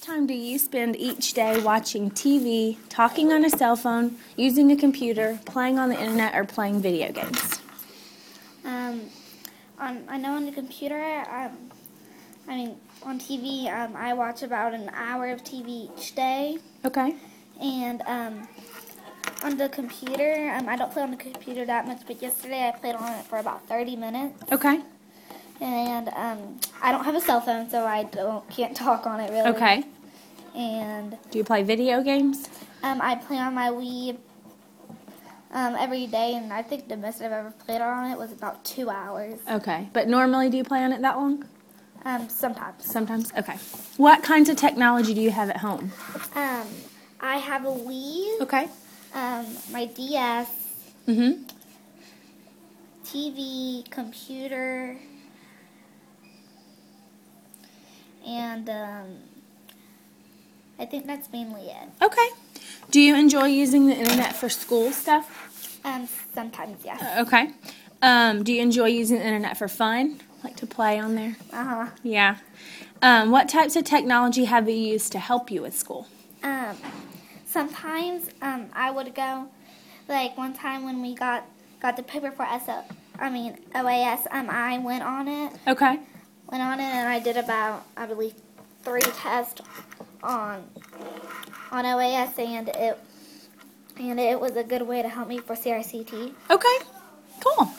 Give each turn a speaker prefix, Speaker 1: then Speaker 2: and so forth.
Speaker 1: time do you spend each day watching TV, talking on a cell phone, using a computer, playing on the internet, or playing video games?
Speaker 2: Um, on, I know on the computer, um, I mean, on TV, um, I watch about an hour of TV each day.
Speaker 1: Okay.
Speaker 2: And um, on the computer, um, I don't play on the computer that much, but yesterday I played on it for about 30 minutes.
Speaker 1: Okay.
Speaker 2: And um, I don't have a cell phone, so I don't can't talk on it really.
Speaker 1: Okay.
Speaker 2: And
Speaker 1: Do you play video games?
Speaker 2: um, I play on my Wii um, every day, and I think the most I've ever played on it was about two hours.
Speaker 1: Okay. But normally, do you play on it that long?
Speaker 2: Um, sometimes.
Speaker 1: Sometimes? Okay. What kinds of technology do you have at home?
Speaker 2: Um, I have a Wii,
Speaker 1: Okay.
Speaker 2: um, my DS,
Speaker 1: Mm hmm.
Speaker 2: TV, computer, and um, I think that's mainly it.
Speaker 1: Okay. Do you enjoy using the internet for school stuff?
Speaker 2: Um, sometimes, yes.
Speaker 1: Uh, Okay. Um, do you enjoy using the internet for fun? Like to play on there?
Speaker 2: Uh huh.
Speaker 1: Yeah. Um, what types of technology have you used to help you with school?
Speaker 2: Um, sometimes um, I would go, like one time when we got got the paper for SO, I mean OAS. Um, I went on it,
Speaker 1: Okay.
Speaker 2: went on it, and I did about I believe three tests on on OAS, and it and it was a good way to help me for CRCT.
Speaker 1: Okay. Cool.